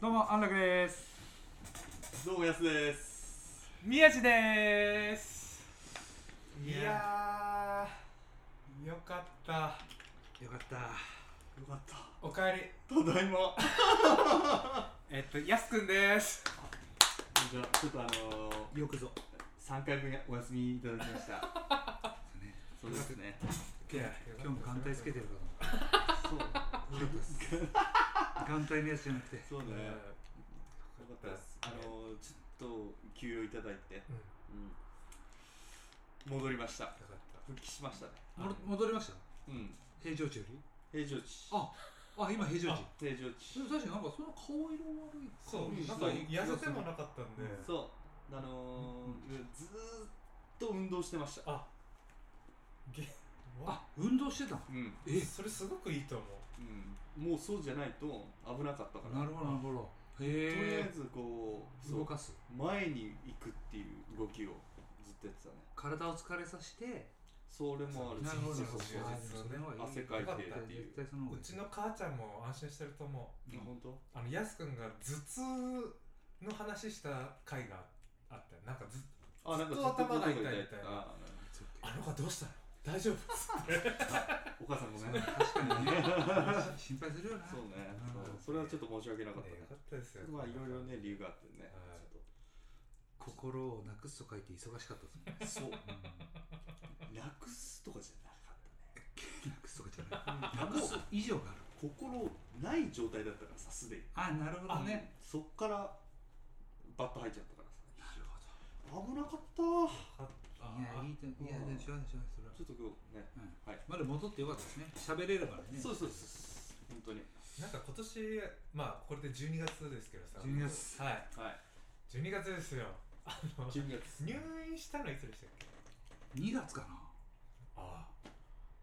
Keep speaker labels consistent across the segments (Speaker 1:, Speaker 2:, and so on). Speaker 1: どうも安楽です
Speaker 2: どうもやすです
Speaker 3: 宮地です
Speaker 2: い
Speaker 3: い
Speaker 2: やー
Speaker 3: やーよかった
Speaker 1: よかった
Speaker 2: よかった
Speaker 3: おかえり
Speaker 2: ただい ま
Speaker 3: えっとやすくんです
Speaker 2: じゃあちょっとあのー、
Speaker 1: よくぞ
Speaker 2: 3回分やお休みいただきましたそうですね
Speaker 3: いや
Speaker 1: 今日も眼帯つけてるか
Speaker 2: そう
Speaker 1: と思ったよかったです 眼帯のやつじゃなくて
Speaker 2: そうねよかったで
Speaker 3: たですす
Speaker 2: あのー、ちょっと休養いただいて、
Speaker 3: うん
Speaker 2: うん、戻りました
Speaker 3: よかっ
Speaker 2: 復帰しましたね
Speaker 1: もろ戻りました
Speaker 2: うん
Speaker 1: 平常値より
Speaker 2: 平常値
Speaker 1: ああ今平常値
Speaker 2: 平常
Speaker 1: でも
Speaker 2: 値
Speaker 1: 確かになんかその顔色悪い
Speaker 3: そう
Speaker 2: うん
Speaker 3: なんか痩せてもなかったんで、
Speaker 2: そうあのーずーっと運動してました
Speaker 3: あげわ
Speaker 1: あ運動してたの
Speaker 2: うん
Speaker 1: え
Speaker 3: それすごくいいと思う
Speaker 2: うん、もうそうじゃないと危なかったから
Speaker 1: なるほどなるほど
Speaker 2: とりあ
Speaker 1: へ
Speaker 2: えずこう
Speaker 1: え
Speaker 2: そう
Speaker 1: 動かす
Speaker 2: 前に行くっていう動きをずっとやってたね
Speaker 1: 体を疲れさせて
Speaker 2: それもある
Speaker 1: なるほどなるほど
Speaker 3: そう
Speaker 1: あーそれはいい
Speaker 2: 汗かいてっていう
Speaker 1: 絶対その方が
Speaker 3: う
Speaker 1: いい
Speaker 3: ちの母ちゃんも安心してると思う
Speaker 2: あ本当
Speaker 3: あのやすくんが頭痛の話した回があったよなんかず
Speaker 2: あなんか
Speaker 3: ずっと頭が痛い
Speaker 2: ずっと
Speaker 3: みたいな
Speaker 2: あ
Speaker 3: あの子どうしたの大丈夫
Speaker 2: お母さんごめんそうね
Speaker 1: 確かにね心配するよな
Speaker 2: そうそれはちょっと申し訳なかったね
Speaker 3: ねよかったですよ
Speaker 2: まあいろいろね理由があってね
Speaker 3: はい
Speaker 1: 心をなくすと書いて忙しかったですね
Speaker 2: ちょっと
Speaker 1: うん
Speaker 2: そうなくすとかじゃなかっ
Speaker 1: なくすとかじゃないな
Speaker 2: たね
Speaker 1: くす以上がある
Speaker 2: 心ない状態だったからさすでに
Speaker 1: あなるほどね
Speaker 2: そっからバット入っちゃったから
Speaker 1: なるほど
Speaker 2: さ危なかったー
Speaker 1: いや、いいと、いや、でも、しょうがない、しょうがない、それは
Speaker 2: ちょっと今日ね
Speaker 1: うん
Speaker 2: はい
Speaker 1: まだ戻ってよかったですね。喋れればね。
Speaker 2: そうそうそうそう本当に
Speaker 3: なんか今年まあこれで12月ですけどさ
Speaker 1: 12月
Speaker 3: はい
Speaker 2: はい
Speaker 3: 12月ですよあの
Speaker 2: 12月
Speaker 3: 入院したのいつでしたっけ
Speaker 1: 二月かな。
Speaker 3: ああ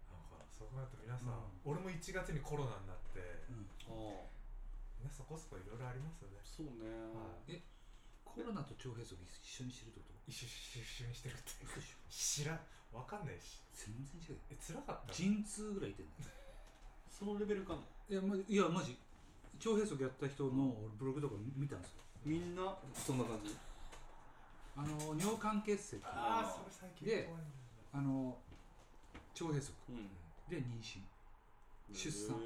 Speaker 3: なんかそう考えると皆さん、
Speaker 1: う
Speaker 3: 俺も1月にコロナになって
Speaker 1: うん
Speaker 2: ああ
Speaker 3: 皆さんこそこいろいろありますよね
Speaker 2: そうね
Speaker 3: はい
Speaker 1: コロナと腸閉塞一緒にしてるってこと。
Speaker 3: 一緒一緒にしてるって知らんわかんないし
Speaker 1: 全然違うよ。
Speaker 3: え辛かった
Speaker 1: 陣痛ぐらい痛いんだよ。
Speaker 2: そのレベルかも
Speaker 1: いや、まじ、いや、マジ。腸閉塞やった人の俺ブログとか見たんですよ。
Speaker 2: みんなそんな感じ
Speaker 1: あの、尿管結石。あ
Speaker 3: ああそれ最近
Speaker 1: で
Speaker 3: 怖いな
Speaker 1: の。腸閉塞。
Speaker 2: うん
Speaker 1: で、妊娠。出産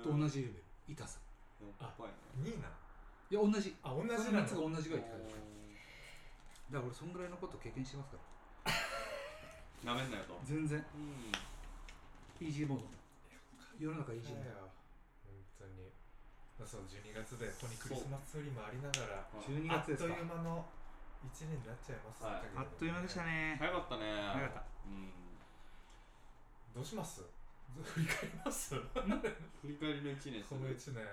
Speaker 2: と
Speaker 1: と同じレ
Speaker 2: じ
Speaker 1: ベル。痛さ。
Speaker 2: やっぱり
Speaker 3: ニーナ
Speaker 1: いや、同じ。
Speaker 3: あ同じ
Speaker 1: その
Speaker 3: な
Speaker 1: 3
Speaker 3: の
Speaker 1: つが同じぐらい
Speaker 2: ね
Speaker 1: って書いてある。だから、俺、そんぐらいのこと経験してますから。
Speaker 2: なめんなよと
Speaker 1: 全然。
Speaker 2: うん
Speaker 1: イージーモード。世の中イージーモー
Speaker 3: だ
Speaker 1: ド。
Speaker 3: よ本当にまあそう12月でここにクリスマスツリーもありながら
Speaker 2: はい
Speaker 1: 12
Speaker 3: あっ
Speaker 1: 月で
Speaker 3: と
Speaker 1: す
Speaker 3: いう
Speaker 1: か。
Speaker 3: 間の1年になっちゃいます
Speaker 2: はい
Speaker 3: だけど
Speaker 1: あっという間でしたね。
Speaker 2: 早かったね
Speaker 1: 早かった
Speaker 2: うん
Speaker 3: どうしますどう振り返りますこ
Speaker 2: 振り返りの一年する
Speaker 3: の1年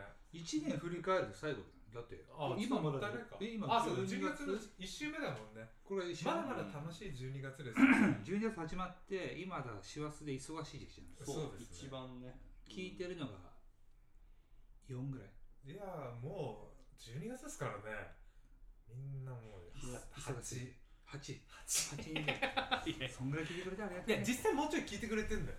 Speaker 1: 1年振り返ると最後だって
Speaker 3: あ
Speaker 1: 今まだ
Speaker 3: 誰か
Speaker 1: え今
Speaker 3: あそうだ
Speaker 1: 12
Speaker 3: 12月の
Speaker 1: 月
Speaker 3: 1週目だもんね
Speaker 1: これ
Speaker 3: まだまだ楽しい12月ですよね
Speaker 1: 12月始まって今だ師走で忙しい時期じゃないですか
Speaker 2: そう
Speaker 3: そうですね
Speaker 2: 一番ね
Speaker 1: 聞いてるのが4ぐらい
Speaker 3: いやーもう12月ですからねみんなもう
Speaker 1: 忙しい
Speaker 3: 8
Speaker 1: 88人ぐらいそんぐらい聞いてくれてありが
Speaker 3: い
Speaker 1: と
Speaker 3: や
Speaker 1: うね
Speaker 3: 実際もうちょい聞いてくれてんだよ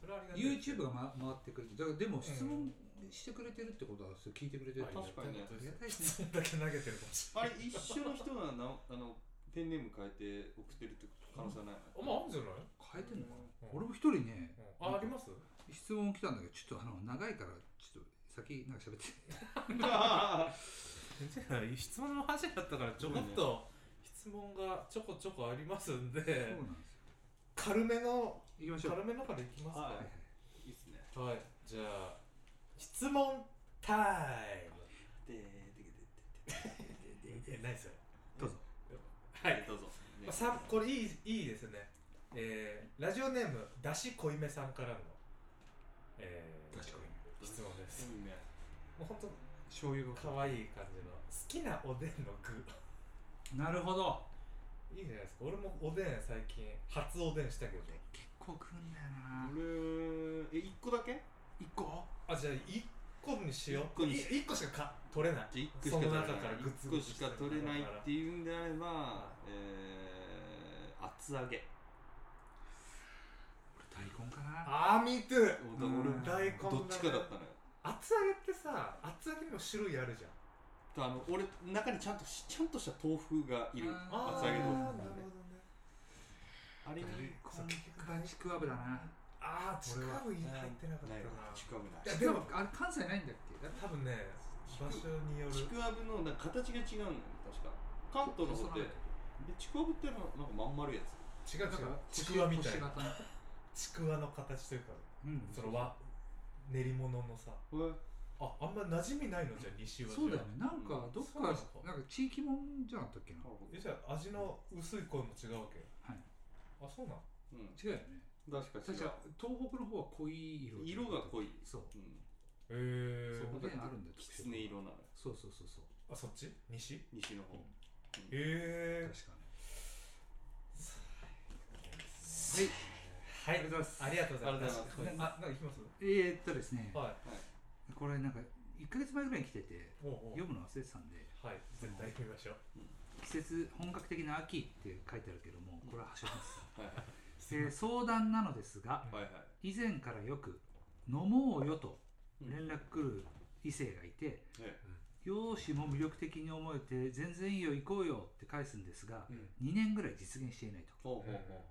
Speaker 3: それはありがたい
Speaker 1: YouTube が、ま、回ってくれてだからでも質問してくれてるってことはそれ聞いてくれてるってこと
Speaker 2: 確かに
Speaker 1: あ
Speaker 2: ね
Speaker 1: りがたいですね
Speaker 3: そんだけ投げてるかもしれない
Speaker 2: あれ一緒の人がな あのペンネーム変えて送ってるって可能性はない
Speaker 3: あまああるんじゃない、
Speaker 1: 変えてんのかな
Speaker 3: うん
Speaker 1: 俺も一人ね
Speaker 3: ああります
Speaker 1: 質問来たんだけどちょっとあの長いからちょっと先なんか喋って
Speaker 3: 質問の話だったからちょこっと質問がちょこちょこありますんで、
Speaker 1: そうなんですよ
Speaker 3: 軽めの
Speaker 1: 行きましょう
Speaker 3: 軽めのからいきますか
Speaker 2: は
Speaker 3: は
Speaker 1: はいはい
Speaker 2: いいっすね
Speaker 3: い、じゃあ質問タイ
Speaker 2: ででで
Speaker 3: ムえないですよ
Speaker 1: どうぞ
Speaker 3: は
Speaker 2: で
Speaker 3: い、
Speaker 2: どうぞ
Speaker 3: まあ、さこれいいいいですねえー、ラジオネームだしこいめさんからのえー、
Speaker 1: 確かに
Speaker 3: 質問です
Speaker 2: うんね
Speaker 3: もう本
Speaker 1: 醤油
Speaker 3: 当
Speaker 1: が
Speaker 3: 可愛い感じの好きなおでんの具
Speaker 1: なるほど
Speaker 3: いいじゃないですか俺もおでん最近初おでんしたけど
Speaker 1: 結構食うんだよな
Speaker 2: 俺え一個だけ
Speaker 1: 一個
Speaker 3: あじゃあ1個にしよう
Speaker 2: 一個にし
Speaker 3: い一個しかか取れない
Speaker 2: じゃあ1個し
Speaker 3: そ
Speaker 2: か
Speaker 3: の
Speaker 2: 取れない
Speaker 3: 中からグ
Speaker 2: 一
Speaker 3: ツグ
Speaker 2: 個
Speaker 3: ツ
Speaker 2: し
Speaker 3: して
Speaker 2: か
Speaker 3: る
Speaker 2: 取れない
Speaker 3: 中から
Speaker 2: っていうんであれば
Speaker 3: は、
Speaker 2: えー、厚揚げ
Speaker 1: 俺大根かな
Speaker 3: あーみートゥー
Speaker 2: 俺
Speaker 1: うん
Speaker 2: 俺
Speaker 3: 大根だね
Speaker 2: どっちかだったのよ
Speaker 3: 厚揚げってさ厚揚げにも種類あるじゃん
Speaker 2: とあの俺中にちゃんとしちゃんとした豆腐がいる
Speaker 1: あー
Speaker 2: 厚揚げ
Speaker 3: なる
Speaker 2: 豆腐
Speaker 3: ほどね
Speaker 2: あれに
Speaker 1: そう結局バチクワブだな
Speaker 3: ああちくわぶ
Speaker 2: う
Speaker 3: 入
Speaker 2: ん
Speaker 3: ってなかっ
Speaker 2: ない
Speaker 3: たな
Speaker 2: ちくわぶないい
Speaker 1: やでもあれ関西ないんだっけだ
Speaker 3: 多分ね場所による
Speaker 2: ちくわぶのなんか形が違うんだよね確か関東の方ってでちくわぶってのはなんかまん丸いやつ
Speaker 3: 違う違
Speaker 1: な
Speaker 3: うん
Speaker 1: か
Speaker 3: ちくわみたい
Speaker 1: 星
Speaker 3: な
Speaker 1: 形の
Speaker 3: ちくわの形というか
Speaker 1: うん
Speaker 3: その和練り物のさああんま馴染みないのじゃあ西は
Speaker 1: そうだよねなんかどっ
Speaker 3: そうなの
Speaker 1: かなんか地域もんじゃなかったっけな
Speaker 3: えじゃあ味の薄い声も違うわけ
Speaker 1: はい
Speaker 3: あそうなの
Speaker 2: うん
Speaker 1: 違うよね
Speaker 2: 確か違
Speaker 1: 確か東北の方は濃い色
Speaker 2: う色が濃い
Speaker 1: そう
Speaker 2: うん
Speaker 3: へ
Speaker 1: そ
Speaker 3: え
Speaker 1: うねあるんだよ
Speaker 2: きつね色なのよ
Speaker 1: そうそうそうそう
Speaker 3: あそっち西へ
Speaker 2: 西の方
Speaker 3: え
Speaker 1: 確かね
Speaker 3: はいはいありがとうございますありがとうございます
Speaker 2: ありがとうござい
Speaker 3: あなんか行きます
Speaker 1: えー、っとですね
Speaker 3: はい
Speaker 1: これなんか1か月前ぐらいに来てて
Speaker 3: おうお
Speaker 1: 読むの忘れてたんで
Speaker 3: うはい絶対読みましょう
Speaker 1: 季節本格的な秋って書いてあるけどもこれは端折ります
Speaker 2: はいはい
Speaker 1: えー相談なのですが
Speaker 2: はいはい
Speaker 1: 以前からよく「飲もうよ」と
Speaker 2: うん
Speaker 1: 連絡来る異性がいて
Speaker 2: え
Speaker 1: 容姿も魅力的に思えて「全然いいよ行こうよ」って返すんですが
Speaker 2: うん
Speaker 1: 2年ぐらい実現していないと
Speaker 2: ほうほうほ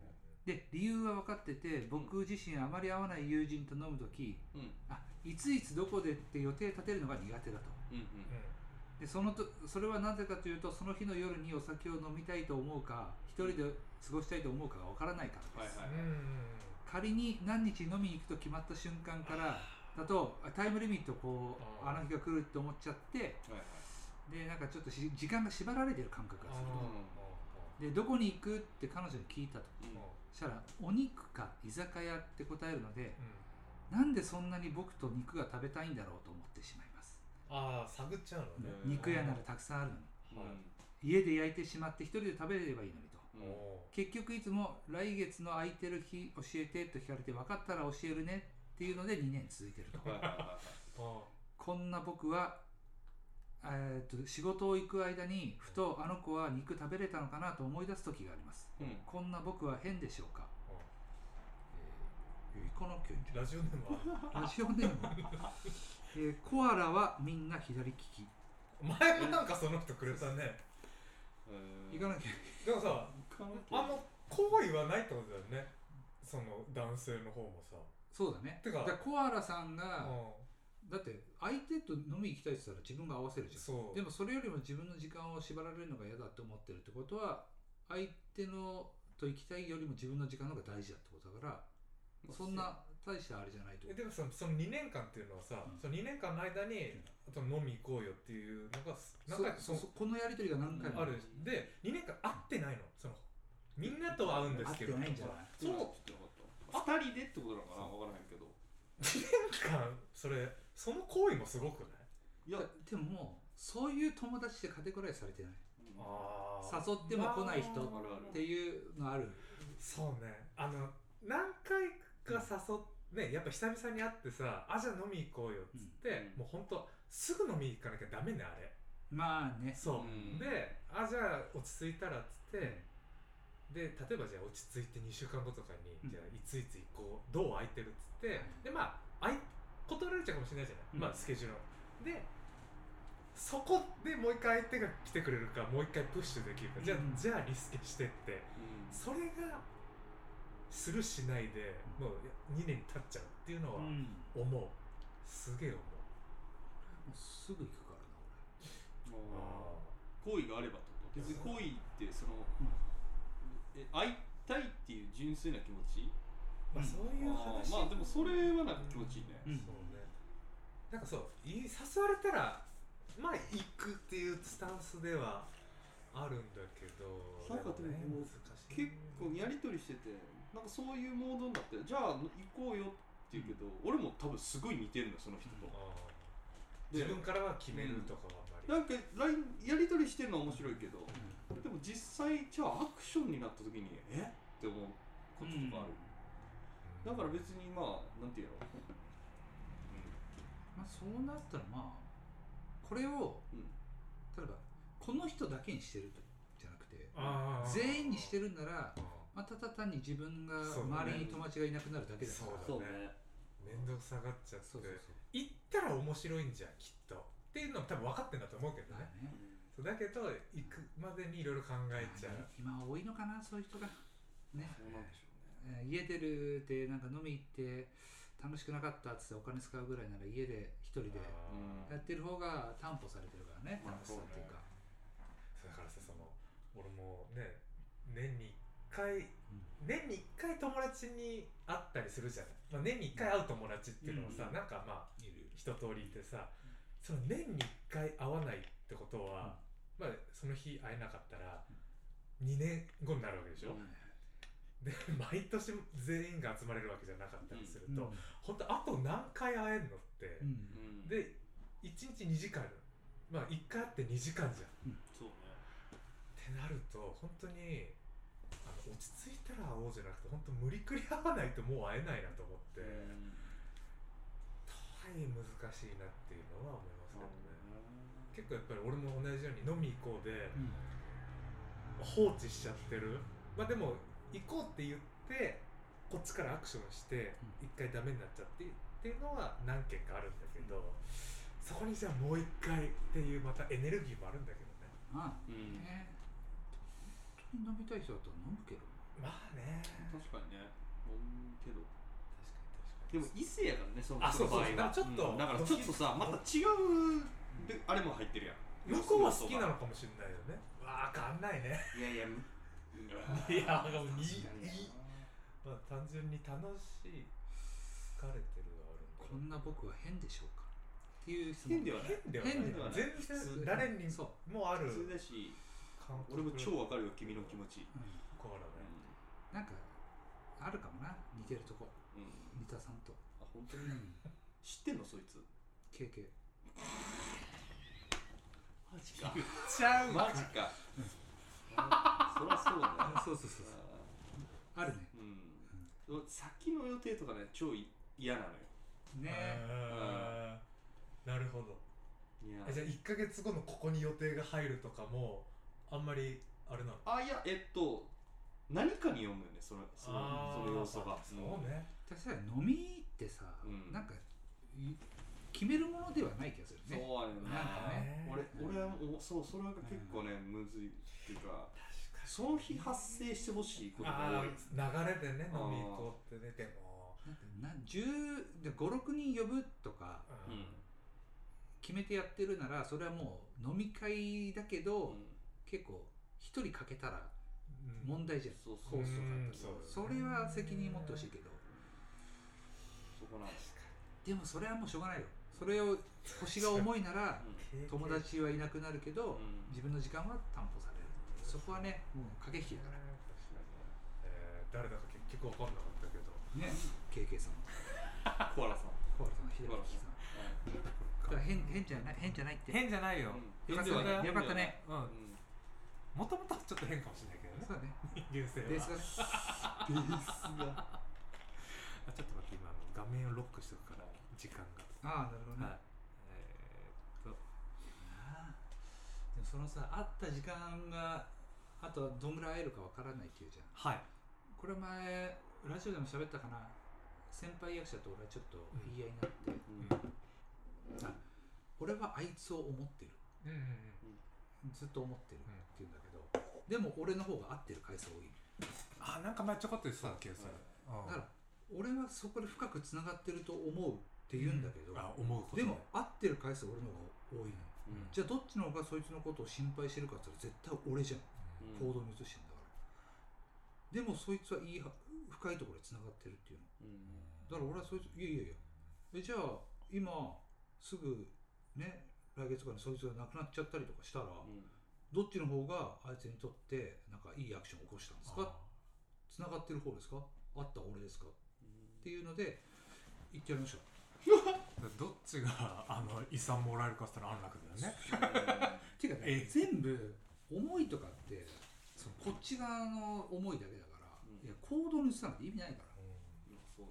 Speaker 1: で理由は分かってて僕自身あまり合わない友人と飲む時
Speaker 2: ううん
Speaker 1: あいついつどこでって予定立てるのが苦手だと
Speaker 2: うんうん
Speaker 1: でそのとそれはなぜかというとその日の夜にお酒を飲みたいと思うか一人で過ごしたいと思うかが分からないから
Speaker 2: はい
Speaker 1: です、
Speaker 2: はい
Speaker 3: うんうん
Speaker 1: 仮に何日飲みに行くと決まった瞬間からだとあタイムリミットこう
Speaker 3: あ
Speaker 1: あ
Speaker 3: ー
Speaker 1: の日が来るって思っちゃって
Speaker 2: はいはい
Speaker 1: でなんかちょっとし時間が縛られてる感覚
Speaker 3: あ
Speaker 1: が
Speaker 3: ー
Speaker 1: す
Speaker 2: うん
Speaker 1: るでどこに行くって彼女に聞いたと
Speaker 2: うん
Speaker 1: そしたらお肉か居酒屋って答えるので
Speaker 3: うん
Speaker 1: なんでそんなに僕と肉が食べたいんだろうと思ってしまいます、
Speaker 3: あー探っちゃうのね
Speaker 2: うん
Speaker 1: 肉屋ならたくさんあるのに
Speaker 2: うん
Speaker 1: 家で焼いてしまって一人で食べれればいいのにと
Speaker 2: うんうん
Speaker 3: お
Speaker 1: 結局いつも来月の空いてる日教えてと聞かれて分かったら教えるねっていうので2年続いてると
Speaker 2: はいはいは
Speaker 3: ー
Speaker 1: こんな僕は、えーっと仕事を行く間にふとあの子は肉食べれたのかなと思い出す時があります
Speaker 2: いはいうん
Speaker 1: こんな僕は変でしょうか、
Speaker 3: あ
Speaker 1: えー、行かなきゃいいんじ
Speaker 3: ーラジオネームは
Speaker 1: ゃな いラジオネーム、えーコアラはみんな左利き
Speaker 3: 前もなんかその人くれたね
Speaker 2: うん
Speaker 1: 行かなきゃ
Speaker 3: でもさ
Speaker 2: 行かなき
Speaker 3: あ
Speaker 2: ゃ
Speaker 3: んま好意はないってことだよねその男性の方もさ
Speaker 1: そうだね
Speaker 3: てか
Speaker 1: だらコアラさん
Speaker 3: う
Speaker 1: が、
Speaker 3: ん
Speaker 1: だって相手と飲み行きたいって言ったら自分が合わせるじゃん
Speaker 3: そう
Speaker 1: でもそれよりも自分の時間を縛られるのが嫌だと思ってるってことは相手のと行きたいよりも自分の時間の方が大事だってことだからそんな大したあれじゃないと
Speaker 3: えでもそのその2年間っていうのはさ、
Speaker 1: うん
Speaker 3: その2年間の間に、その飲み行こうよっていうのがすなんか
Speaker 1: そそこのやり取りが何回も
Speaker 3: あるで2年間会ってないのそのみんなとは会うんですけど
Speaker 1: 会ってないんじゃない
Speaker 3: その
Speaker 2: そう二人でってことなのかなわからないけど
Speaker 3: 2年間それその行為もすごくない
Speaker 2: いや
Speaker 1: でもそういう友達ってカテゴライズされてない
Speaker 3: あ
Speaker 1: 誘っても来ない人
Speaker 2: あるある
Speaker 1: っていうのある
Speaker 3: そうねあの何回か誘って、ね、やっぱ久々に会ってさあじゃあ飲み行こうよっつって、
Speaker 2: うん
Speaker 3: もうほんとすぐ飲み行かなきゃダメねあれ
Speaker 1: まあね
Speaker 3: そう、
Speaker 2: うん
Speaker 3: であじゃあ落ち着いたらっつってで例えばじゃあ落ち着いて2週間後とかに、
Speaker 1: うん
Speaker 3: じゃあいついつ行こうどう空いてるっつって、でまああい断られちゃうかもしれないじゃない、
Speaker 1: うん
Speaker 3: まあスケジュールのでそこでもう一回相手が来てくれるかもう一回プッシュできるか、じゃあ
Speaker 1: うん
Speaker 3: じゃあリスケしてってそれがするしないでもう2年経っちゃうっていうの
Speaker 1: う
Speaker 3: は
Speaker 1: ん
Speaker 3: 思う、すげえ思う
Speaker 1: もうすぐ行くからな俺
Speaker 2: 好意があればってこと別に好意ってそのえ会いたいっていう純粋な気持ち
Speaker 3: まあそういう話
Speaker 2: まあでもそれはなんか気持ちいいね
Speaker 1: うん
Speaker 3: そうねなんかそうい誘われたらまあ行くっていうスタンスではあるんだけど
Speaker 2: なんかでも
Speaker 3: ね
Speaker 2: こう
Speaker 3: 難しい
Speaker 2: 結構やり取りしててなんかそういうモードになってじゃあ行こうよって言うけど俺も多分すごい似てるのよその人と
Speaker 3: ああ
Speaker 2: で
Speaker 3: 自分からは決めるとかはあん
Speaker 2: な
Speaker 3: まり
Speaker 2: んか LINE やり取りしてるのは面白いけどでも実際じゃあアクションになった時にえって思うこととかある、だから別にまあなんていうの、
Speaker 1: まあそうなったらまあこれを
Speaker 2: うんうん、
Speaker 1: 例えばこの人だけにしてるとじゃなくて
Speaker 3: ああ
Speaker 1: 全員にしてるんなら
Speaker 3: うん
Speaker 1: まあ、ただ単に自分が
Speaker 3: そうね
Speaker 1: 周りに友達がいなくなるだけだ
Speaker 3: そう
Speaker 1: から
Speaker 3: だ
Speaker 2: そうね
Speaker 3: 面倒くさがっちゃって
Speaker 1: そうそうそう
Speaker 3: 行ったら面白いんじゃんきっとっていうのも多分分かってんだと思うけど
Speaker 1: だ
Speaker 3: ね
Speaker 1: よ、ね
Speaker 3: そうだけど行くまでにいろいろ考えちゃう、
Speaker 1: 今多いのかなそういう人がね
Speaker 2: そうなんでしょうね
Speaker 1: えー家出るってなんか飲み行って楽しくなかったっつってお金使うぐらいなら家で一人で
Speaker 3: あー
Speaker 1: やってる方が担保されてるからね
Speaker 2: ま
Speaker 1: 楽
Speaker 2: あ
Speaker 1: しさっていうか、
Speaker 3: そうだからさその俺もね年に1回
Speaker 1: うん
Speaker 3: 年に1回友達に会ったりするじゃない、まあ、年に1回会う友達っていうのも
Speaker 1: う
Speaker 3: さ、
Speaker 1: ん
Speaker 3: なんかまあ
Speaker 1: いるいる
Speaker 3: 一通りいてさその年に1回会わないってことは、まあその日会えなかったら2年後になるわけでしょ、で毎年全員が集まれるわけじゃなかったりすると、
Speaker 1: うん
Speaker 3: 本当あと何回会えんのって、
Speaker 1: うん
Speaker 2: うん
Speaker 3: で1日2時間まあ1回会って2時間じゃん
Speaker 2: そうね
Speaker 3: ってなると本当にあの落ち着いたら会おうじゃなくて本当無理くり会わないともう会えないなと思っ
Speaker 2: う
Speaker 3: て、
Speaker 2: ん
Speaker 3: とはいえ難しいなっていうのは思いますけどね、
Speaker 2: う
Speaker 3: 結構やっぱり俺も同じように飲み行こうで
Speaker 1: うん
Speaker 3: 放置しちゃってるまあでも行こうって言ってこっちからアクションして
Speaker 1: う
Speaker 3: 一回ダメになっちゃってっていうのは何件かあるんだけどそこにじゃあもう一回っていうまたエネルギーもあるんだけどね
Speaker 1: まあ
Speaker 2: んうん
Speaker 1: ね本当に飲みたい人だったら飲むけど
Speaker 3: まあね
Speaker 2: 確かにねうんけど
Speaker 3: 確
Speaker 2: で
Speaker 3: かに
Speaker 2: も異性やからねその
Speaker 3: あそうそう
Speaker 2: の場合は
Speaker 3: だからちょっと
Speaker 2: うんだからちょっとさまた違うであれも入ってるやん
Speaker 3: 向こうは好きなのかもしれないよねわかんないね
Speaker 2: いやいやむ
Speaker 3: いやもういい
Speaker 1: 確かに
Speaker 3: いいまあ単純に楽しい疲れてるはあるんだろう
Speaker 1: こんな僕は変でしょうかっていう質問
Speaker 2: 変ではない
Speaker 3: 変ではな
Speaker 1: 変ではない
Speaker 3: い全然誰に
Speaker 1: そう
Speaker 3: もある
Speaker 2: 普通だし
Speaker 3: 感覚
Speaker 2: 俺も超わかるよ君の気持ち
Speaker 1: うん
Speaker 3: こうだね
Speaker 1: なんかあるかもな似てるとこ
Speaker 2: うんうん
Speaker 1: 三田さんと、
Speaker 2: あ本当に知ってんのそいつ
Speaker 1: 経験
Speaker 2: マジか
Speaker 3: ちゃ
Speaker 2: マジかあそりゃそうだよ
Speaker 1: そうそうそうそうあるね
Speaker 2: うんうん先の予定とかね超い嫌なのよ
Speaker 1: ね
Speaker 3: あーなるほど
Speaker 2: いや
Speaker 3: えじゃあ1か月後のここに予定が入るとかもあんまりあれなの
Speaker 2: あいやえっと何かに読むよねそのその
Speaker 3: あー
Speaker 2: その要素が
Speaker 3: そう
Speaker 2: も
Speaker 3: ね
Speaker 1: 確かに飲みってさ、
Speaker 2: うん
Speaker 1: なんかい決めるものではない気がするね
Speaker 2: そうやねん
Speaker 1: なん
Speaker 2: な
Speaker 1: かね
Speaker 2: 俺俺はもうそうそれが結構ねむずいっていうかその日発生してほしいことが
Speaker 3: あ
Speaker 2: 多い
Speaker 3: あ流れでね飲み行こうって出ても
Speaker 1: なんか56人呼ぶとか
Speaker 2: うん
Speaker 1: 決めてやってるならそれはもう飲み会だけど、
Speaker 2: う
Speaker 1: 結構一人欠けたら
Speaker 3: うん
Speaker 1: 問題じゃん、
Speaker 2: んそう
Speaker 1: コ
Speaker 2: そう
Speaker 1: ースとかあった
Speaker 3: うん
Speaker 1: ら
Speaker 3: そう
Speaker 1: それは責任持ってほしいけど
Speaker 2: そこなんです
Speaker 1: でもそれはもうしょうがないよそれを腰が重いなら
Speaker 3: 経験
Speaker 1: 友達はいなくなるけど、
Speaker 2: うん
Speaker 1: 自分の時間は担保されるそこはねもう駆け引きだか
Speaker 3: えー誰だか結局分かんなかったけど
Speaker 1: らね KK さん
Speaker 2: コアラさん
Speaker 1: 小原さん秀明さんだから変変じゃない変じゃないって
Speaker 3: 変じゃないよ
Speaker 2: うん
Speaker 1: よかっ
Speaker 2: 変では
Speaker 1: た
Speaker 2: ない
Speaker 1: ねよかったね
Speaker 3: う
Speaker 2: うん
Speaker 3: んもともとはちょっと変かもしれないけどね
Speaker 1: そうだね
Speaker 3: 人間性は
Speaker 1: ベースが
Speaker 2: ベースが
Speaker 3: あちょっと待って今あの画面をロックしておくから時間が
Speaker 1: ああなるほどね、
Speaker 3: はいえーっと
Speaker 1: あーでもそのさ会った時間があとはどんぐらい会えるかわからないっていうじゃん
Speaker 3: はい
Speaker 1: これ前ラジオでも喋ったかな先輩役者と俺はちょっと言い合いになって、
Speaker 2: うん
Speaker 1: あ俺はあいつを思ってる
Speaker 3: うんうん
Speaker 1: ずっと思ってるって言うんだけど、でも俺の方が合ってる回数多い
Speaker 3: あなんか前ちょこっと言ってた気がする
Speaker 1: だから俺はそこで深くつながってると思うって言うんだけど、
Speaker 3: あ思うこと
Speaker 1: でも合ってる回数俺の方が多いの
Speaker 2: うん
Speaker 1: じゃあどっちの方がそいつのことを心配してるかって言ったら絶対俺じゃん行
Speaker 2: うん
Speaker 1: 動に移してんだから、でもそいつはいいは深いところでつながってるっていうの
Speaker 2: うん
Speaker 1: だから俺はそいついやいやいやえじゃあ今すぐね来月からそいつが亡くなっちゃったりとかしたら、
Speaker 2: うん
Speaker 1: どっちの方があいつにとってなんかいいアクションを起こしたんですかつながってる方ですかあった俺ですかっていうので言ってやりましょ
Speaker 3: どっちがあの遺産もらえるかって言ったら安楽だよね
Speaker 1: うていうかね
Speaker 3: ええ
Speaker 1: 全部思いとかってそのこっち側の思いだけだから、
Speaker 2: うん
Speaker 1: いや行動に移さないて意味ないから
Speaker 2: そう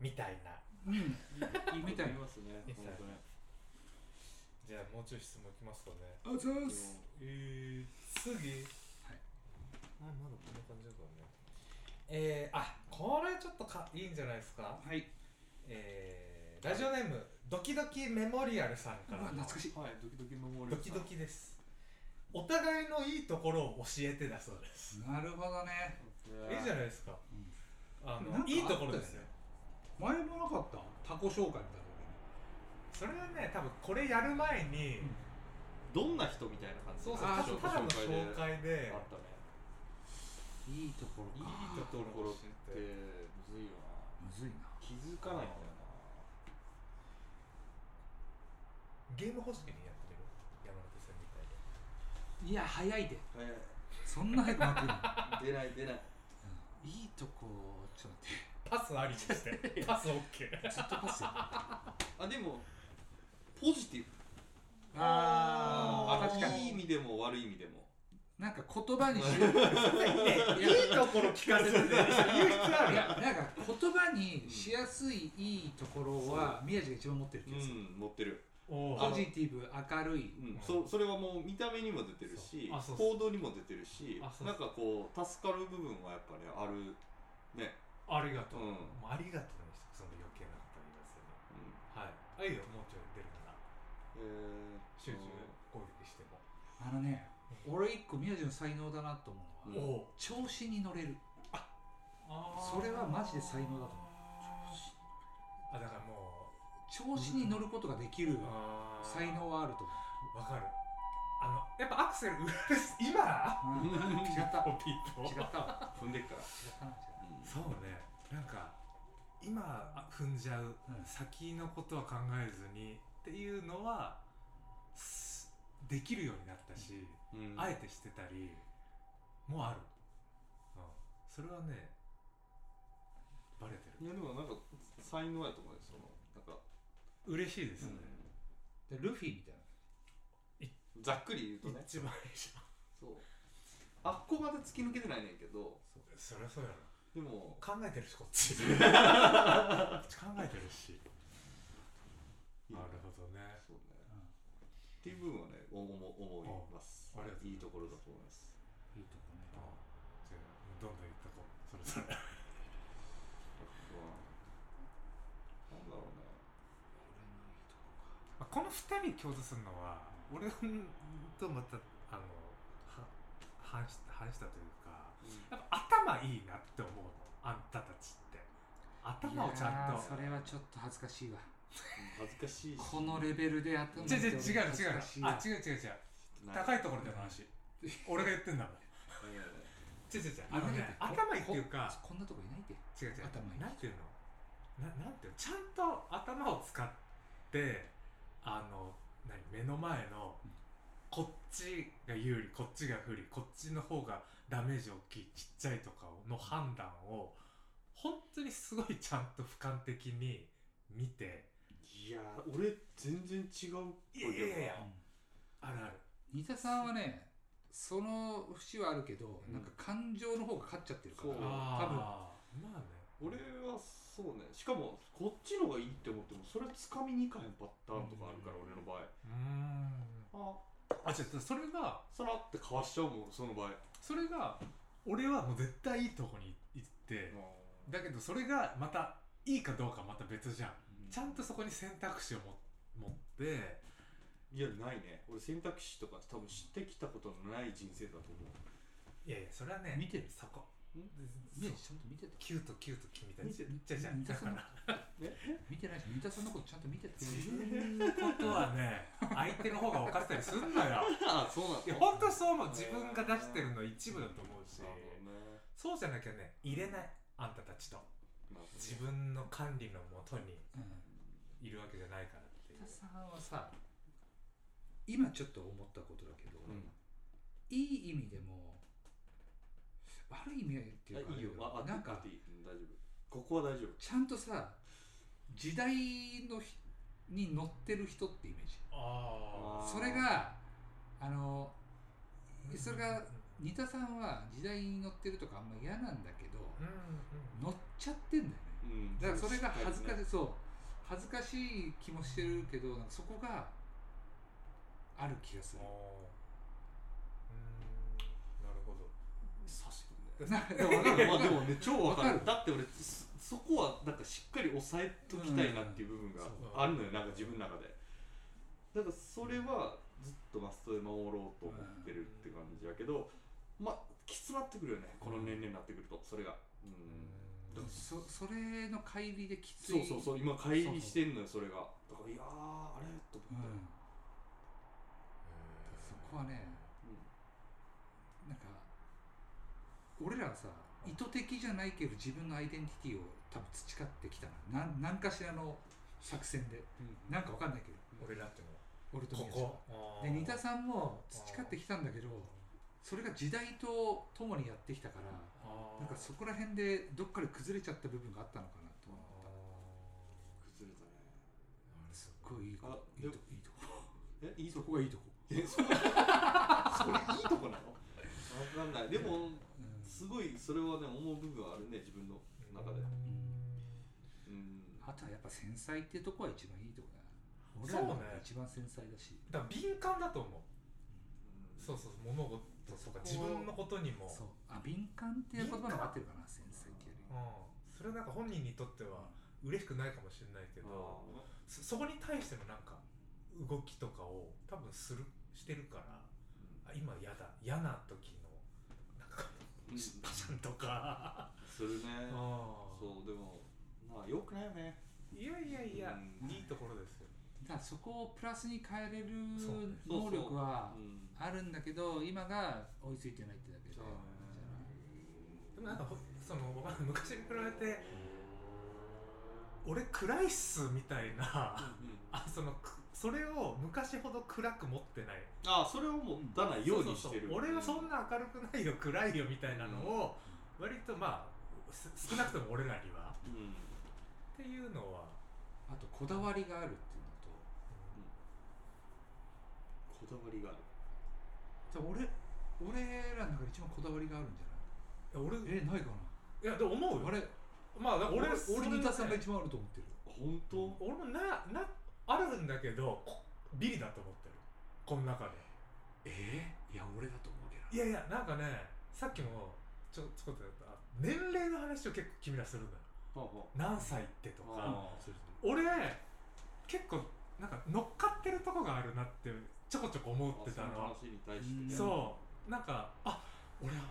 Speaker 3: みたいな
Speaker 1: うん
Speaker 2: だね
Speaker 1: みたい
Speaker 2: 言いますね
Speaker 3: みたい
Speaker 2: 本当ね
Speaker 3: じゃあもうちょい質問いきますかね
Speaker 1: あざー
Speaker 3: えー、次
Speaker 1: はい
Speaker 3: あまだこんな感じだからねえー、あこれちょっと考あいいんじゃないですか、
Speaker 2: はい
Speaker 3: えー、ラジオネームドキドキメモリアルさん
Speaker 1: う
Speaker 3: か
Speaker 1: わ
Speaker 3: ら
Speaker 1: 懐かしい
Speaker 2: はいドキドキメモリア
Speaker 3: ド
Speaker 2: ル
Speaker 3: キ
Speaker 2: さん
Speaker 3: ドキですお互いのいいところを教えてだそうです
Speaker 1: なるほどね
Speaker 3: いいじゃ
Speaker 2: ない
Speaker 3: ないですかあ
Speaker 1: なんかあっ
Speaker 3: の
Speaker 1: たよね
Speaker 3: いいところですよ
Speaker 1: 前もなかったタコ紹介みたいな
Speaker 3: それはね多分これやる前に、
Speaker 2: どんな人みたいな感じ
Speaker 3: そうそう
Speaker 1: あ
Speaker 3: た
Speaker 1: ー
Speaker 2: 紹
Speaker 3: ただの
Speaker 2: 介で
Speaker 3: 紹介で
Speaker 2: あったね
Speaker 1: のいいところ
Speaker 2: いい
Speaker 1: か
Speaker 2: ところってむずいよな
Speaker 1: むずいな
Speaker 2: 気づかないんだよ
Speaker 3: ゲーム方式にやってる山手線みたいで
Speaker 1: いや早いで
Speaker 2: な、え
Speaker 1: そんな早くなってるの
Speaker 2: ー出ない出ない
Speaker 1: うんいいとこちょっと
Speaker 3: パスあり にしてパス OK
Speaker 1: 待ってずっとパスよ
Speaker 2: あでもポジティブ
Speaker 1: あー
Speaker 2: あ
Speaker 1: 確か
Speaker 2: いい
Speaker 1: に
Speaker 2: 意味でも悪い意味でも
Speaker 1: なんか言葉にしよう いや
Speaker 3: いいところ聞かせてね言う必要あ
Speaker 1: い
Speaker 3: る
Speaker 1: やなんか言葉にしやすいいいところは宮地が一番持ってる気
Speaker 2: う
Speaker 1: がする、
Speaker 2: ん持ってる、
Speaker 3: お
Speaker 1: ポ
Speaker 3: ー
Speaker 1: ジティブ明るい、
Speaker 2: うん、そそれはもう見た目にも出てるし
Speaker 3: そうあそうそう
Speaker 2: 行動にも出てるし
Speaker 3: あそうそう
Speaker 2: なんかこう助かる部分はやっぱねあるね
Speaker 3: ありが
Speaker 2: う
Speaker 3: と
Speaker 2: ん
Speaker 3: う、もうありがとうにしてその余計なことは言いますよねはいあいいよもうちょい出るから
Speaker 2: うん、
Speaker 3: 集中
Speaker 2: え
Speaker 3: 攻撃しても
Speaker 1: あのね俺一個宮地の才能だなと思うのは、
Speaker 2: うん
Speaker 3: お
Speaker 1: 調子に乗れる
Speaker 3: お
Speaker 1: それはマジで才能だと思う
Speaker 3: あだからもう
Speaker 1: 調子に乗ることができる
Speaker 3: あー
Speaker 1: 才能はあると思
Speaker 3: わかるあのやっぱアクセル裏です今
Speaker 1: う、うん違っ
Speaker 2: ーうん、
Speaker 1: た
Speaker 3: おピーポ
Speaker 1: 違ったわ
Speaker 2: 踏んでっから、
Speaker 1: 違ったな違っ
Speaker 3: そうねなんか今あ踏んじゃう、
Speaker 1: うん
Speaker 3: 先のことは考えずにっていうのはすできるようになったし、
Speaker 2: うん
Speaker 3: あえてしてたりもある、うん、それはねバレてる
Speaker 2: いやでもなんか才能やと思うよそのなんか、
Speaker 3: 嬉しいですね、
Speaker 1: たでルフィみたいな
Speaker 2: ざっくり言うとね
Speaker 3: 一番いいじゃん
Speaker 2: そうあっこまで突き抜けてないねんけど
Speaker 3: そりゃそうやろ
Speaker 2: でも
Speaker 3: 考えてるしこっちこっち考えてるしなるほどね
Speaker 2: そうね
Speaker 1: うん
Speaker 2: っていう部分はね思思思います
Speaker 3: あありがとうございます
Speaker 2: いいところだと思います
Speaker 1: いいとこね
Speaker 3: あじゃあどんどん言ったこうそれそ
Speaker 2: あと
Speaker 3: れ
Speaker 2: はなんだろうね
Speaker 3: まあこの2人共通するのは俺とまたあのは反し反したというかやっぱ頭いいなって思うのあんたたちって
Speaker 1: いや
Speaker 3: 頭を
Speaker 1: ー
Speaker 3: ちゃんと
Speaker 1: それはちょっと恥ずかしいわ
Speaker 2: 恥ずかしいし
Speaker 1: このレベルで頭
Speaker 3: 違う違う違う違う
Speaker 1: 恥ずかしいわ
Speaker 3: あ違う違う違う高いところでの話俺が言ってんだもん
Speaker 2: いやいやいや
Speaker 3: 違う違う違うあの
Speaker 1: い
Speaker 3: ね
Speaker 1: や
Speaker 3: 頭いいっていうか
Speaker 1: こんなとこいないって
Speaker 3: 違う違う
Speaker 1: 頭いい
Speaker 3: なんていうのななんていうのちゃんと頭を使ってあの何目の前の
Speaker 1: うん
Speaker 3: こっちが有利こっちが不利こっちの方がダメージ大きいちっちゃいとかの判断を本当にすごいちゃんと俯瞰的に見て
Speaker 2: いや俺全然違うっぽいけどない
Speaker 3: やいやいや
Speaker 1: うん
Speaker 3: あるある
Speaker 1: 新田さんはねその節はあるけど、
Speaker 2: うん
Speaker 1: なんか感情の方が勝っちゃってるから
Speaker 2: そう
Speaker 1: 多分
Speaker 3: 分まあね
Speaker 2: 俺はそうねしかもこっちのがいいって思ってもそれつかみにいかへんパターンとかあるから
Speaker 3: うん
Speaker 2: 俺の場合
Speaker 3: うーん
Speaker 2: あ
Speaker 3: あ違うそれが
Speaker 2: さらってかわしちゃうもんその場合
Speaker 3: それが俺はもう絶対いいとこに行ってだけどそれがまたいいかどうかまた別じゃんちゃんとそこに選択肢をも持って
Speaker 2: いやないね俺選択肢とか多分知ってきたことのない人生だと思う
Speaker 3: いやいやそれはね
Speaker 1: 見てる
Speaker 3: そこ
Speaker 2: ん
Speaker 1: 見てちゃんと見てた
Speaker 3: キュートキュート君た
Speaker 2: 見て
Speaker 3: ちじゃじゃ
Speaker 1: 見て
Speaker 3: だから
Speaker 2: え
Speaker 1: 見てないし新田さんのことちゃんと見てた
Speaker 3: 自分のことはね相手の方が分かってたりすんの よ
Speaker 2: あそうなん
Speaker 3: いや本当そう思う自分が出してるの一部だと思うしそうじゃなきゃね入れないあんたたちと自分の管理のもとに
Speaker 1: うん
Speaker 3: いるわけじゃないからってい
Speaker 1: 新田
Speaker 3: う
Speaker 1: さんはさ今ちょっと思ったことだけど、
Speaker 2: うん
Speaker 1: いい意味でも悪い意味っていうか
Speaker 2: いいよあ
Speaker 1: なんか
Speaker 2: いい大丈夫ここは大丈夫
Speaker 1: ちゃんとさ時代のひに乗ってる人ってイメージ
Speaker 3: あ
Speaker 2: ー
Speaker 1: それがあのそれが新田さんは時代に乗ってるとかあんま嫌なんだけど
Speaker 3: うんうん
Speaker 1: 乗っちゃってんだよね
Speaker 2: うん
Speaker 1: だからそれが恥ずかしい、
Speaker 2: い
Speaker 1: そう恥ずかしい気もしてるけどなんかそこがある気がする
Speaker 3: あーうーんなるほど
Speaker 2: さしてくんねでもなんかまあでもね超わかる
Speaker 1: わかる
Speaker 2: だって俺そそこはなんかしっかり抑えときたいなっていう部分が
Speaker 3: うん
Speaker 2: あるのよなんか自分の中でだからそれはずっとマストで守ろうと思ってるって感じやけどまあきつなってくるよねこの年齢になってくるとそれがうん
Speaker 1: でもそそれの乖離できつい
Speaker 2: そうそうそう今乖離してんのよそれがだからいやーあれと
Speaker 1: うん
Speaker 2: 思って、
Speaker 1: そこはね
Speaker 2: うん
Speaker 1: なんか俺らはさ意図的じゃないけど自分のアイデンティティを多分培ってきたななん何かしらの作戦でなんかわかんないけど
Speaker 3: 俺らっても
Speaker 1: 俺と
Speaker 3: こ
Speaker 1: 宮地
Speaker 3: こ
Speaker 1: で仁田さんも培ってきたんだけどそれが時代とともにやってきたからなんかそこら辺でどっかで崩れちゃった部分があったのかなと思った
Speaker 2: 崩れたね
Speaker 1: すっごいいい
Speaker 2: あ
Speaker 1: こいいと
Speaker 2: でも
Speaker 1: いいとこ
Speaker 2: えいい
Speaker 1: そ
Speaker 2: と
Speaker 1: こ
Speaker 2: こ
Speaker 1: がいいとこ、
Speaker 2: えそそれいいとこなのわかんないで
Speaker 1: う
Speaker 2: も
Speaker 1: ん
Speaker 2: すごいそれはね思う部分はあるね自分の中でうん
Speaker 1: あとはやっぱ繊細ってとこは一番いいとこだな俺
Speaker 3: そうね
Speaker 1: らのが一番繊細だし
Speaker 3: だから敏感だと思うそううそう物事とか自分のことにも
Speaker 1: そうあ敏感っていう言葉が合ってるかな繊細っていうより
Speaker 3: うん、それはなんか本人にとっては嬉しくないかもしれないけ
Speaker 2: け
Speaker 3: どそそこに対してのなんか動きとかを多分するしてるからあ今嫌だ嫌な時のなんかパシャンとか
Speaker 2: するね
Speaker 3: そ
Speaker 2: そうでもまあよくないよね
Speaker 3: ういやいやいや、
Speaker 2: うん
Speaker 3: いいところですよ
Speaker 1: だからそこをプラスに変えれる
Speaker 3: そうね
Speaker 1: 能力は
Speaker 2: うん
Speaker 1: あるんだけど今が追いついてないってだけで
Speaker 2: そうね
Speaker 3: でもなんかほそのわかんない昔に比べて俺暗いっすみたいなあそのくそれを昔ほど暗く持ってない
Speaker 2: ああそれをもう出ないようにしてる
Speaker 3: そうそうそう俺はそんな明るくないよ暗いよみたいなのを割とまあす少なくとも俺らには
Speaker 2: うんうん
Speaker 3: っていうのは
Speaker 1: あとこだわりがあるっていうのと
Speaker 2: こだわりがある
Speaker 1: じゃあ俺俺らの中で一番こだわりがあるんじ
Speaker 3: いや俺
Speaker 1: ゃないえないか
Speaker 3: いやでも思う
Speaker 1: なあ
Speaker 3: よ
Speaker 1: れ
Speaker 3: まあだか
Speaker 1: 俺
Speaker 3: ら俺それ
Speaker 1: 俺
Speaker 3: ね
Speaker 1: 仁田さんが一番あると思ってる
Speaker 2: 本当
Speaker 3: 俺もななあるんだけどこビリだと思ってるこの中で
Speaker 1: えー、いや俺だと思うけど
Speaker 3: いやいやなんかねさっきもちょちょっとやったあ年齢の話を結構君らするんだよ
Speaker 2: はあは
Speaker 3: 何歳ってとか、
Speaker 2: あ
Speaker 1: それそ
Speaker 3: 俺結構なんか乗っかってるとこがあるなってちょこちょこ思ってた
Speaker 2: あ
Speaker 3: の
Speaker 2: その話に対してね
Speaker 3: そうなんかあ俺は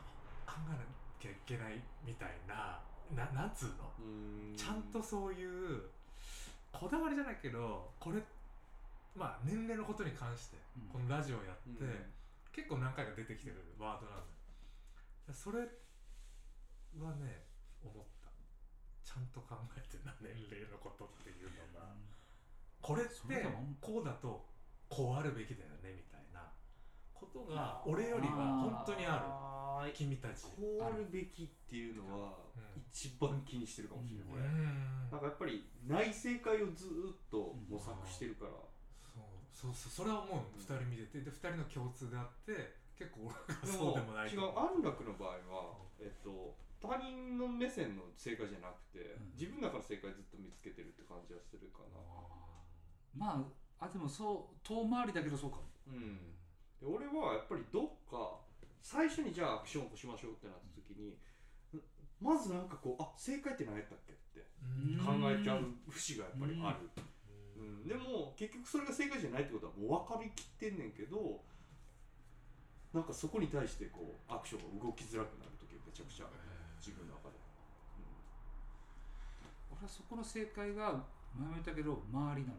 Speaker 3: 考えなきゃいけないみたいなななんつうの
Speaker 2: うーん
Speaker 3: ちゃんとそういうこだわりじゃないけどこれまあ年齢のことに関して、
Speaker 1: うん
Speaker 3: このラジオや
Speaker 2: う
Speaker 3: っ
Speaker 2: ん
Speaker 3: て、結構何回か出てきてるワードなんだよそれはね思ったちゃんと考えてるな年齢のことっていうのが、これって
Speaker 1: それでも
Speaker 3: こうだとこうあるべきだよねみたいなことが俺よりは本当にあ
Speaker 2: あ
Speaker 3: る
Speaker 2: ー
Speaker 3: 君たち
Speaker 2: こうあるべきっていうのは
Speaker 3: うん
Speaker 2: 一番気にしてるかもしれない、
Speaker 1: うん
Speaker 3: う
Speaker 2: こ
Speaker 3: ん
Speaker 2: れ、なんかやっぱり内政界をずーっと模索してるから、
Speaker 3: そうそうそうそれはもう2人見ててで2人の共通であって結構俺が
Speaker 2: で
Speaker 3: そうでもない
Speaker 2: 違
Speaker 3: と
Speaker 2: う
Speaker 3: 思
Speaker 2: 安楽の場合は、えっと、他人の目線の正解じゃなくて、
Speaker 1: うん
Speaker 2: 自分だから正解ずっと見つけてるって感じはするかな、
Speaker 1: まああでもそう遠回りだけどそうかも
Speaker 2: うん、で俺はやっぱりどっか最初にじゃあアクションを起こしましょうってなった時にんまずなんかこうあ正解って何やったっけって
Speaker 3: うん
Speaker 2: 考えちゃう節がやっぱりある、うん、でも結局それが正解じゃないってことはもう分かりきってんねんけどなんかそこに対してこうアクションが動きづらくなる時めちゃくちゃある自分の中で、
Speaker 1: 俺はそこの正解が前も言ったけど周りなの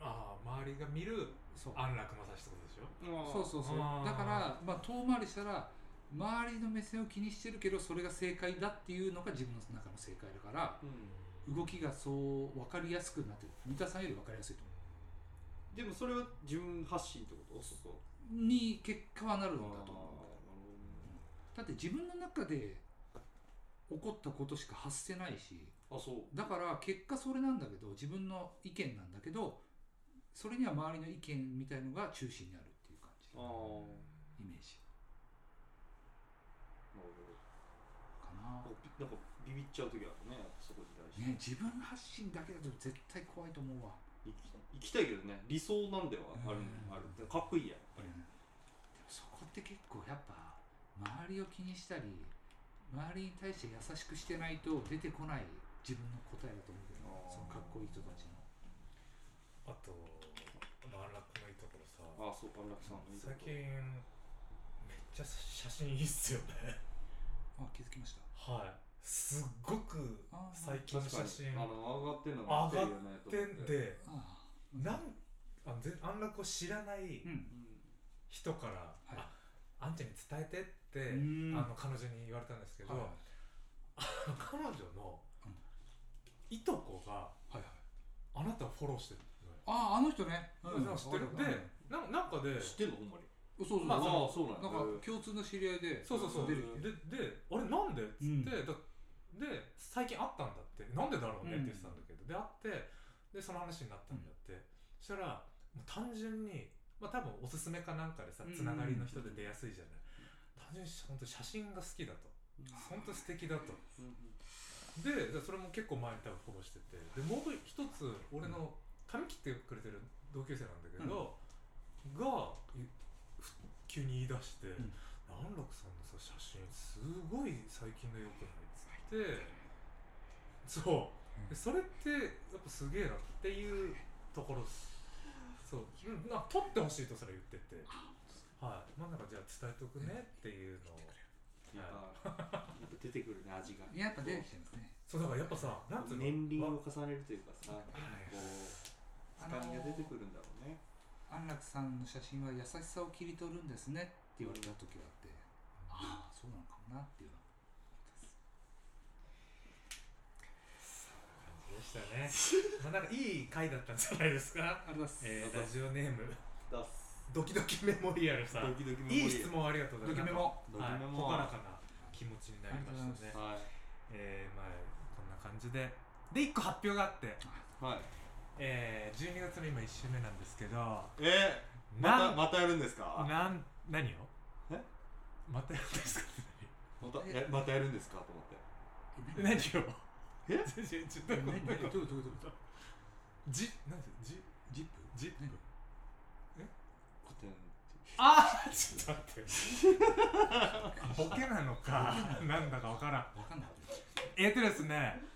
Speaker 3: ああ周りが見る
Speaker 1: そう
Speaker 3: 安楽正史ってことでしょ
Speaker 2: うん
Speaker 1: そうそうそう
Speaker 3: あー
Speaker 1: だから、まあ、遠回りしたら周りの目線を気にしてるけどそれが正解だっていうのが自分の中の正解だから
Speaker 2: うん
Speaker 1: 動きがそう分かりやすくなってる三田さんより分かりやすいと思
Speaker 2: でもそれは自分発信ってことそうそう
Speaker 1: うに結果はなるん
Speaker 2: あ
Speaker 1: だと思うだって自分の中で起こったことしか発せないし
Speaker 2: ーあそう
Speaker 1: だから結果それなんだけど自分の意見なんだけどそれには周りの意見みたいのが中心にあるっていう感じ
Speaker 2: あー
Speaker 1: イメージ
Speaker 2: なるほど
Speaker 1: かな
Speaker 2: なんかびなんかビビっちゃう時あるねやっぱそこに対して、
Speaker 1: ね自分発信だけだと絶対怖いと思うわ
Speaker 2: 行き行きたいけどね理想なんではあるね、
Speaker 1: うん
Speaker 2: あるでかっこいいやん
Speaker 1: う
Speaker 2: やっぱ
Speaker 1: ん
Speaker 2: り、
Speaker 1: でもそこって結構やっぱ周りを気にしたり周りに対して優しくしてないと出てこない自分の答えだと思うけどね
Speaker 2: あー
Speaker 1: そのかっこいい人たちの
Speaker 3: あとまあ安楽のいいところさ
Speaker 2: ああそう安楽さんのいいとこ
Speaker 3: 最近めっちゃ写真いいっすよね
Speaker 1: あ気づきました
Speaker 3: はいすっごく
Speaker 1: あー
Speaker 3: 最近の
Speaker 2: 確か
Speaker 3: 写真
Speaker 2: にあの上がってんの
Speaker 3: 上がっ
Speaker 2: ねと思
Speaker 3: 点で
Speaker 1: ああ
Speaker 3: なんあの全安楽を知らない
Speaker 1: うん
Speaker 3: 人から、
Speaker 1: はい
Speaker 3: ああんちゃんに伝えてって、
Speaker 1: うん
Speaker 3: あの彼女に言われたんですけど、
Speaker 1: はい
Speaker 3: あの彼女の
Speaker 1: うん
Speaker 3: いとこが
Speaker 1: はいはい
Speaker 3: あなたをフォローしてる
Speaker 1: あああの人ね、
Speaker 3: のよ、知ってるでななんかで
Speaker 2: 知ってんのほんまに
Speaker 1: そうそうそう、
Speaker 3: ま
Speaker 1: な
Speaker 3: あ
Speaker 2: あそうなんん
Speaker 1: か
Speaker 2: だへえ
Speaker 1: 共通の知り合いで
Speaker 3: そうそうそう
Speaker 1: 出
Speaker 3: で
Speaker 1: る
Speaker 2: 人
Speaker 3: であれなんでっつって、
Speaker 1: うん
Speaker 3: だで最近会ったんだってなんでだろうねって言ってたんだけど、で会ってでその話になったんだって、そしたらもう単純にまあ多分おすすめかなんかでさ
Speaker 1: うん
Speaker 3: つながりの人で出やすいじゃない、単純に本当写真が好きだと本当素敵だと
Speaker 2: うんうん
Speaker 3: ででそれも結構前に多分フォローしててでもう一つ俺の髪切ってくれてる同級生なんだけど、がいふ急に言い出して
Speaker 1: ん
Speaker 3: 「安、楽、さんのさ写真すごい最近のよくない」っつってそう、でそれってやっぱすげえなっていうところですそううんな撮ってほしいとそれ言っててはいまあなんかじゃあ伝えとくねっていうのを
Speaker 2: やっぱやっぱ出てくるね味が
Speaker 1: やっぱ出てきてるんですね
Speaker 3: そうだからやっぱさなんつうの
Speaker 2: 年輪
Speaker 3: わ
Speaker 2: を重ねるというかさこ
Speaker 3: いう
Speaker 2: 深みが出てくるんだろうね
Speaker 1: 安楽さんの写真は優しさを切り取るんですねって言われた時があって、ああそうなのかもなっていうのは
Speaker 3: 感じでしたね。まあなんかいい回だったんじゃないで すか。
Speaker 1: ありがとうござい
Speaker 3: え
Speaker 1: ます、
Speaker 3: ー、ラジオネーム
Speaker 2: 出す
Speaker 3: ドキドキメモリアルさん。
Speaker 2: ドキドキメモリアル
Speaker 3: いい質問ありがとうございます。
Speaker 1: ドキメモ
Speaker 2: ドキメモ
Speaker 3: はい、朗らかな気持ちになりましたね。
Speaker 2: は
Speaker 3: えー、まあこんな感じで。で、一個発表があって、
Speaker 2: いはい
Speaker 3: えー、12月の今1週目なんですけど、
Speaker 2: えーま
Speaker 3: な
Speaker 2: たまたやるんですか
Speaker 3: ん、なん、何を
Speaker 2: え
Speaker 3: またやるんですか
Speaker 2: またえまたやるんですかと思って
Speaker 1: え
Speaker 3: 何を
Speaker 2: え
Speaker 3: ちょちょっと
Speaker 1: 何
Speaker 3: ごめん
Speaker 1: 何何どういうことどういうこと
Speaker 3: じ、なんてじ、
Speaker 1: ジップ
Speaker 3: ジップ
Speaker 1: 何
Speaker 2: 古典
Speaker 3: あーちょっと待ってボケなのかなんだかわからん
Speaker 1: わかんなかった
Speaker 3: えーとですね、えー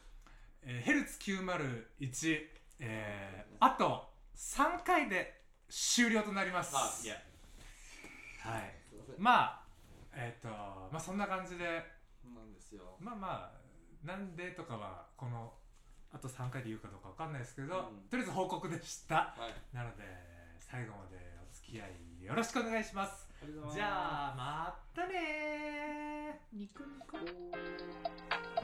Speaker 3: ヘルツ901、えー、あと3回で終了となります
Speaker 2: あいや
Speaker 3: はい
Speaker 2: すいません
Speaker 3: まあえっ、とまあそんな感じで
Speaker 2: そうなんですよ
Speaker 3: まあまあなんでとかはこのあと3回で言うかどうかわかんないですけど、
Speaker 2: うん
Speaker 3: とりあえず報告でした
Speaker 2: はい
Speaker 3: なので最後までお付き合いよろしくお願いします
Speaker 2: ありがとうございます
Speaker 3: じゃあまたねー
Speaker 4: ニコニコ。